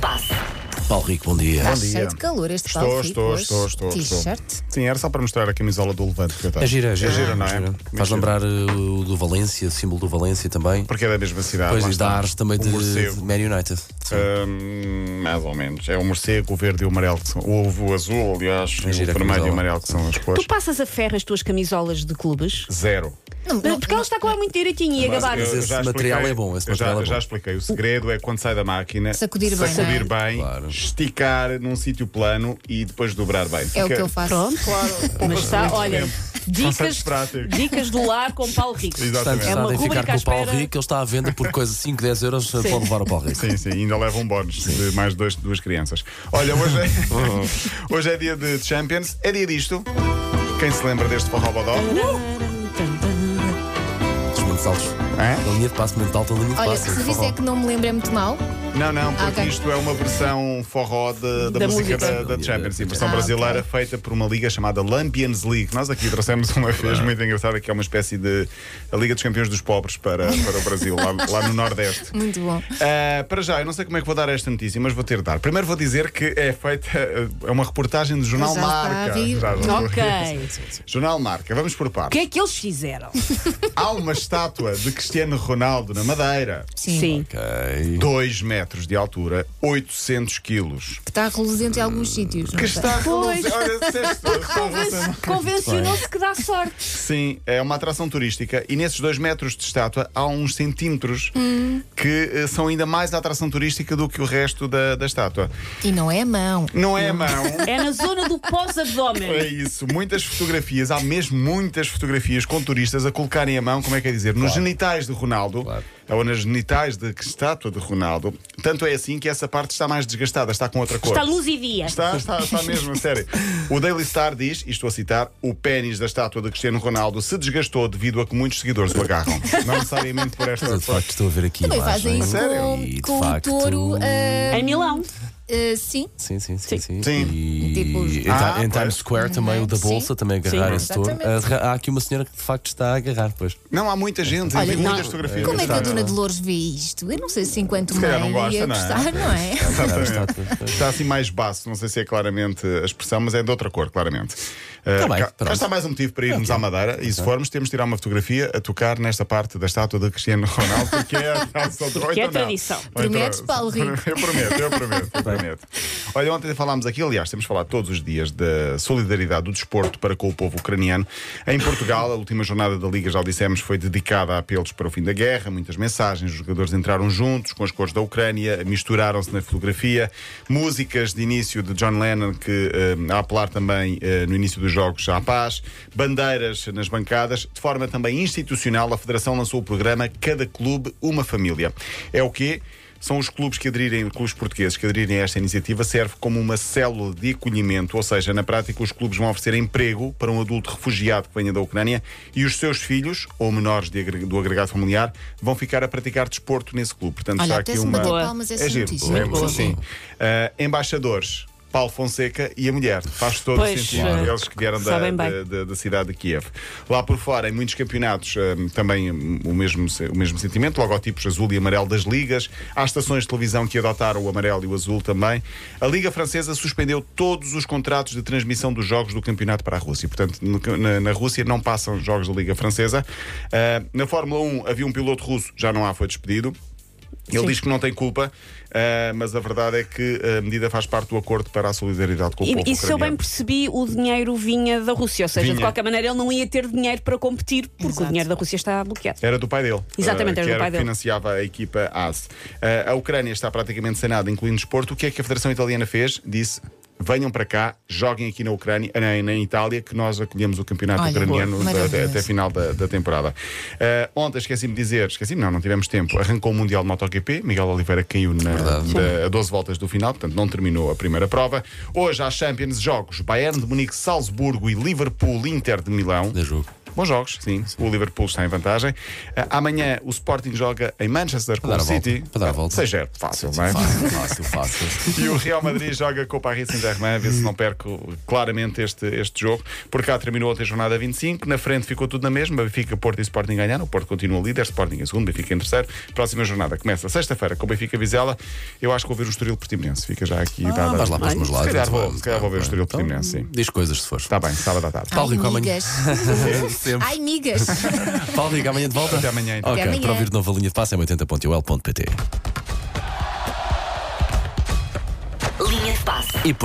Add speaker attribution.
Speaker 1: passe.
Speaker 2: Paulo Rico, bom dia.
Speaker 3: Bom
Speaker 4: Está
Speaker 3: dia.
Speaker 4: cheio de calor este
Speaker 3: Estou,
Speaker 4: Paulo
Speaker 3: estou,
Speaker 4: Rico
Speaker 3: estou,
Speaker 4: hoje.
Speaker 3: estou, estou.
Speaker 4: T-shirt.
Speaker 3: Sim, era só para mostrar a camisola do Levante que eu estava.
Speaker 2: É gira, é gira.
Speaker 3: não é?
Speaker 2: Gira.
Speaker 3: Muito
Speaker 2: Faz
Speaker 3: gira.
Speaker 2: lembrar uh, o do Valência, o símbolo do Valência também.
Speaker 3: Porque é da mesma cidade.
Speaker 2: Depois
Speaker 3: lá
Speaker 2: diz
Speaker 3: está.
Speaker 2: da Ars também
Speaker 3: O
Speaker 2: de, de
Speaker 3: morcego. É,
Speaker 2: Man United. Sim.
Speaker 3: Hum, mais ou menos. É o morcego, o verde e o amarelo. Que são, o, o azul, aliás, e o
Speaker 2: É gira a
Speaker 3: vermelho e
Speaker 2: camisola.
Speaker 3: o amarelo, que são as
Speaker 1: Tu
Speaker 3: cores.
Speaker 1: passas a ferro as tuas camisolas de clubes?
Speaker 3: Zero.
Speaker 4: Não, não,
Speaker 1: Porque ela está com ela muito direitinha e a
Speaker 3: Mas
Speaker 1: gabar-se.
Speaker 3: eu
Speaker 2: esse
Speaker 3: já
Speaker 2: material é bom, esse
Speaker 3: eu já,
Speaker 2: material é
Speaker 3: já
Speaker 2: bom.
Speaker 3: expliquei. O segredo é quando sai da máquina,
Speaker 4: Sacudir bem,
Speaker 3: sacudir
Speaker 4: não é?
Speaker 3: bem,
Speaker 2: Claro.
Speaker 3: esticar num sítio plano e depois dobrar bem.
Speaker 4: É o que eu faço.
Speaker 1: Pronto, claro. Mas está, olha,
Speaker 3: Conceitos
Speaker 1: dicas,
Speaker 3: práticos.
Speaker 1: dicas do lar com Paulo Rico.
Speaker 3: Exato.
Speaker 2: Está
Speaker 3: Exatamente.
Speaker 2: interessado em
Speaker 1: É uma
Speaker 2: ficar
Speaker 1: rubrica
Speaker 2: com
Speaker 1: à
Speaker 2: o Paulo
Speaker 1: espera.
Speaker 2: Rico, ele está à venda por coisa de 5, 10 euros, eh, pode levar o Paulo Rico.
Speaker 3: Sim, sim, ainda leva um bónus de mais dois, duas crianças. Olha, hoje é, hoje é dia de Champions, é dia disto. Quem se lembra deste forrobodó?
Speaker 2: Os momentos altos.
Speaker 3: Hã?
Speaker 2: A linha de passo mental, a linha de
Speaker 4: Olha,
Speaker 2: passo.
Speaker 4: se
Speaker 3: então
Speaker 4: disse é que não me lembro é muito mal.
Speaker 3: Não, não, porque
Speaker 4: Ah, ok.
Speaker 3: isto é uma versão forró de- da,
Speaker 1: Da
Speaker 3: música
Speaker 1: música.
Speaker 3: da, da Champions, sim, versão
Speaker 4: Ah,
Speaker 3: brasileira feita por uma liga chamada Lampions League. Nós aqui trouxemos uma vez muito engraçada que é uma espécie de a Liga dos Campeões dos Pobres para, para o Brasil, lá, lá no Nordeste.
Speaker 4: Muito bom.
Speaker 3: Ah, para já, eu não sei como é que vou dar esta notícia, mas vou ter de dar. Primeiro vou dizer que é feita, é uma reportagem do Jornal
Speaker 4: Já está a
Speaker 3: Marca.
Speaker 4: vir.
Speaker 1: Ok.
Speaker 3: Jornal Marca, vamos por
Speaker 1: O que
Speaker 3: partes.
Speaker 1: é que eles fizeram?
Speaker 3: Há uma estátua de Cristiano Ronaldo na Madeira.
Speaker 4: Sim.
Speaker 2: Ok.
Speaker 3: 2 metros de altura, 800 quilos.
Speaker 4: Que está reluzente em alguns sítios. não
Speaker 3: Que
Speaker 4: sei.
Speaker 3: está
Speaker 1: Pois.
Speaker 3: Olha, disseste tudo, está relacionado.
Speaker 1: Convencionou-se que dá sorte.
Speaker 3: Sim, é uma atração turística e nesses 2 metros de estátua há uns centímetros que eh, são ainda mais a atração turística do que o resto da, da estátua.
Speaker 4: E não é a mão.
Speaker 3: Não é a mão.
Speaker 1: É na zona do
Speaker 3: É
Speaker 1: pós-abdômen.
Speaker 3: isso, muitas fotografias, há mesmo muitas fotografias com turistas a colocarem a mão, como é que é dizer, nos genitais de Ronaldo,
Speaker 2: Claro.
Speaker 3: ou nas genitais de que estátua de Ronaldo. Tanto é assim que essa parte está mais desgastada, está com outra cor.
Speaker 1: Está luz e dia.
Speaker 3: Está, está, está mesmo, a sério. O Daily Star diz, e estou a citar, o pênis da estátua de Cristiano Ronaldo se desgastou devido a que muitos seguidores o agarram. Não necessariamente por esta
Speaker 2: Eu, de facto, estou a ver aqui.
Speaker 4: Também fazem
Speaker 2: imagens.
Speaker 4: isso
Speaker 3: Sério?
Speaker 2: E, de
Speaker 4: com, com o
Speaker 2: facto,
Speaker 4: touro. ah,
Speaker 1: Em Milão.
Speaker 4: ah, sim.
Speaker 2: Sim, sim, sim. sim.
Speaker 3: Sim.
Speaker 2: E
Speaker 4: Tipo-
Speaker 2: em,
Speaker 3: Ah,
Speaker 2: Ti- em
Speaker 3: pois.
Speaker 2: Times Square também, o da
Speaker 4: Sim.
Speaker 2: Bolsa, também agarrar
Speaker 1: Sim,
Speaker 2: esse touro.
Speaker 4: exatamente.
Speaker 2: Agarra- Há aqui uma senhora que de facto está a agarrar, pois.
Speaker 3: Não, há muita gente,
Speaker 4: Olha,
Speaker 3: e
Speaker 4: não-
Speaker 3: muitas fotografias.
Speaker 4: Como é que
Speaker 3: da
Speaker 4: a
Speaker 3: estátua.
Speaker 4: dona Dolores vê isto? Eu não sei se enquanto
Speaker 3: Se
Speaker 4: mãe
Speaker 3: calhar não
Speaker 4: ia
Speaker 3: gosta, não é?
Speaker 4: gostar, não é?
Speaker 2: Agarrar a
Speaker 3: Exatamente.
Speaker 2: estátua, pois.
Speaker 3: Está assim mais baço, não sei se é claramente a expressão, mas é de outra cor, claramente. Uh,
Speaker 2: Tá bem,
Speaker 3: cá,
Speaker 2: pronto.
Speaker 3: cá está mais um motivo para irmos à Madeira e se formos, temos de tirar uma fotografia a tocar nesta parte da estátua de Cristiano Ronaldo, porque é a tradição.
Speaker 1: Porque é tradição.
Speaker 4: Prometes, Paulo Rico?
Speaker 3: Eu prometo, eu prometo, eu prometo. Olha, ontem falámos aqui, aliás, temos falado todos os dias da solidariedade do desporto para com o povo ucraniano. Em Portugal, a última jornada da Liga, já o dissemos, foi dedicada a apelos para o fim da guerra, muitas mensagens, os jogadores entraram juntos com as cores da Ucrânia, misturaram-se na fotografia, músicas de início de John Lennon, que eh, a apelar também eh, no início dos jogos à paz, bandeiras nas bancadas, de forma também institucional, a Federação lançou o programa Cada Clube, Uma Família. É o quê? São os clubes que aderirem, clubes portugueses que aderirem a esta iniciativa, serve como uma célula de acolhimento, ou seja, na prática, os clubes vão oferecer emprego para um adulto refugiado que venha da Ucrânia e os seus filhos, ou menores de agre- do agregado familiar, vão ficar a praticar desporto nesse clube. Portanto,
Speaker 4: Olha,
Speaker 3: está
Speaker 4: até
Speaker 3: aqui
Speaker 4: se
Speaker 3: uma.
Speaker 4: bater palmas essa
Speaker 3: é giro,
Speaker 4: notícia.
Speaker 3: é
Speaker 4: Muito boa.
Speaker 3: sim. Ah, embaixadores. Paulo Fonseca e a mulher. Faz todo
Speaker 1: Pois,
Speaker 3: o sentido.
Speaker 1: claro.
Speaker 3: Eles que vieram da,
Speaker 1: Sabem bem.
Speaker 3: da- da, da cidade de Kiev. Lá por fora, em muitos campeonatos, hum, também hum, o mesmo, se- o mesmo sentimento, logotipos azul e amarelo das ligas. Há estações de televisão que adotaram o amarelo e o azul também. A Liga Francesa suspendeu todos os contratos de transmissão dos jogos do campeonato para a Rússia. Portanto, no- na, na Rússia não passam jogos da Liga Francesa. Ah, na Fórmula 1 havia um piloto russo, já não há, foi despedido. Ele
Speaker 1: Sim.
Speaker 3: diz que não tem culpa, ah, mas a verdade é que a medida faz parte do acordo para a solidariedade com o povo
Speaker 1: E, e se eu bem
Speaker 3: ucraniano.
Speaker 1: percebi, o dinheiro vinha da Rússia, ou seja, de
Speaker 3: Vinha.
Speaker 1: qualquer maneira ele não ia ter dinheiro para competir, porque
Speaker 4: Exato.
Speaker 1: o dinheiro da Rússia está bloqueado.
Speaker 3: Era do pai dele.
Speaker 1: Exatamente,
Speaker 3: eh,
Speaker 1: era
Speaker 3: que
Speaker 1: do pai
Speaker 3: que
Speaker 1: dele.
Speaker 3: financiava a equipa AS. Eh, a Ucrânia está praticamente sem nada, incluindo desporto. O que é que a Federação Italiana fez? Disse. Venham para cá, joguem aqui na Ucrânia, ah, na, na Itália, que nós acolhemos o campeonato
Speaker 4: Olha,
Speaker 3: ucraniano
Speaker 4: boa.
Speaker 3: da- da- até,
Speaker 4: Maravilhoso.
Speaker 3: a final da, da temporada. Eh, ontem esqueci-me de dizer, esqueci-me, não, não tivemos tempo. Arrancou o Mundial de MotoGP, Miguel Oliveira caiu na, da- a 12 voltas do final, portanto não terminou a primeira prova. Hoje há Champions Jogos, Bayern de Munique, Salzburgo e Liverpool, Inter de Milão.
Speaker 2: Da jogo.
Speaker 3: Bons jogos, sim. O Liverpool está em vantagem. Ah, amanhã o Sporting joga em Manchester com
Speaker 2: dar
Speaker 3: o
Speaker 2: a volta,
Speaker 3: City.
Speaker 2: para dar a volta.
Speaker 3: 6-0, fácil, não é?
Speaker 2: Fácil, fácil, fácil.
Speaker 3: E o Real Madrid joga com o Paris Saint-Germain, vê se não perco claramente este, este jogo. Por cá terminou ontem a jornada 25, na frente ficou tudo na mesma, Benfica, Porto e Sporting ganharam, o Porto continua líder, Sporting em segundo, Benfica em terceiro. Próxima jornada começa sexta-feira com o Benfica Vizela. Eu acho que vou ver o Estoril Portimonense, fica já aqui
Speaker 2: Ah,
Speaker 3: dada.
Speaker 2: vais lá para os meus
Speaker 3: se
Speaker 2: lados.
Speaker 3: calhar
Speaker 2: vai- tá
Speaker 3: vou, se calhar vou ver o Estoril Portimonense, sim.
Speaker 2: Então,
Speaker 3: Tá
Speaker 2: Diz coisas se fores.
Speaker 3: Está bem, sábado à tarde.
Speaker 2: Tal e
Speaker 4: Ai,
Speaker 2: qual amanhã.
Speaker 4: migas.
Speaker 3: É
Speaker 2: Sempre.
Speaker 4: Ai, migas.
Speaker 2: Paulo Rico, amanhã de volta?
Speaker 3: Até amanhã, então.
Speaker 2: Ok,
Speaker 4: Até amanhã.
Speaker 2: para ouvir de novo a linha de passe é 80.ol.pt.
Speaker 5: Linha de passe.
Speaker 2: E por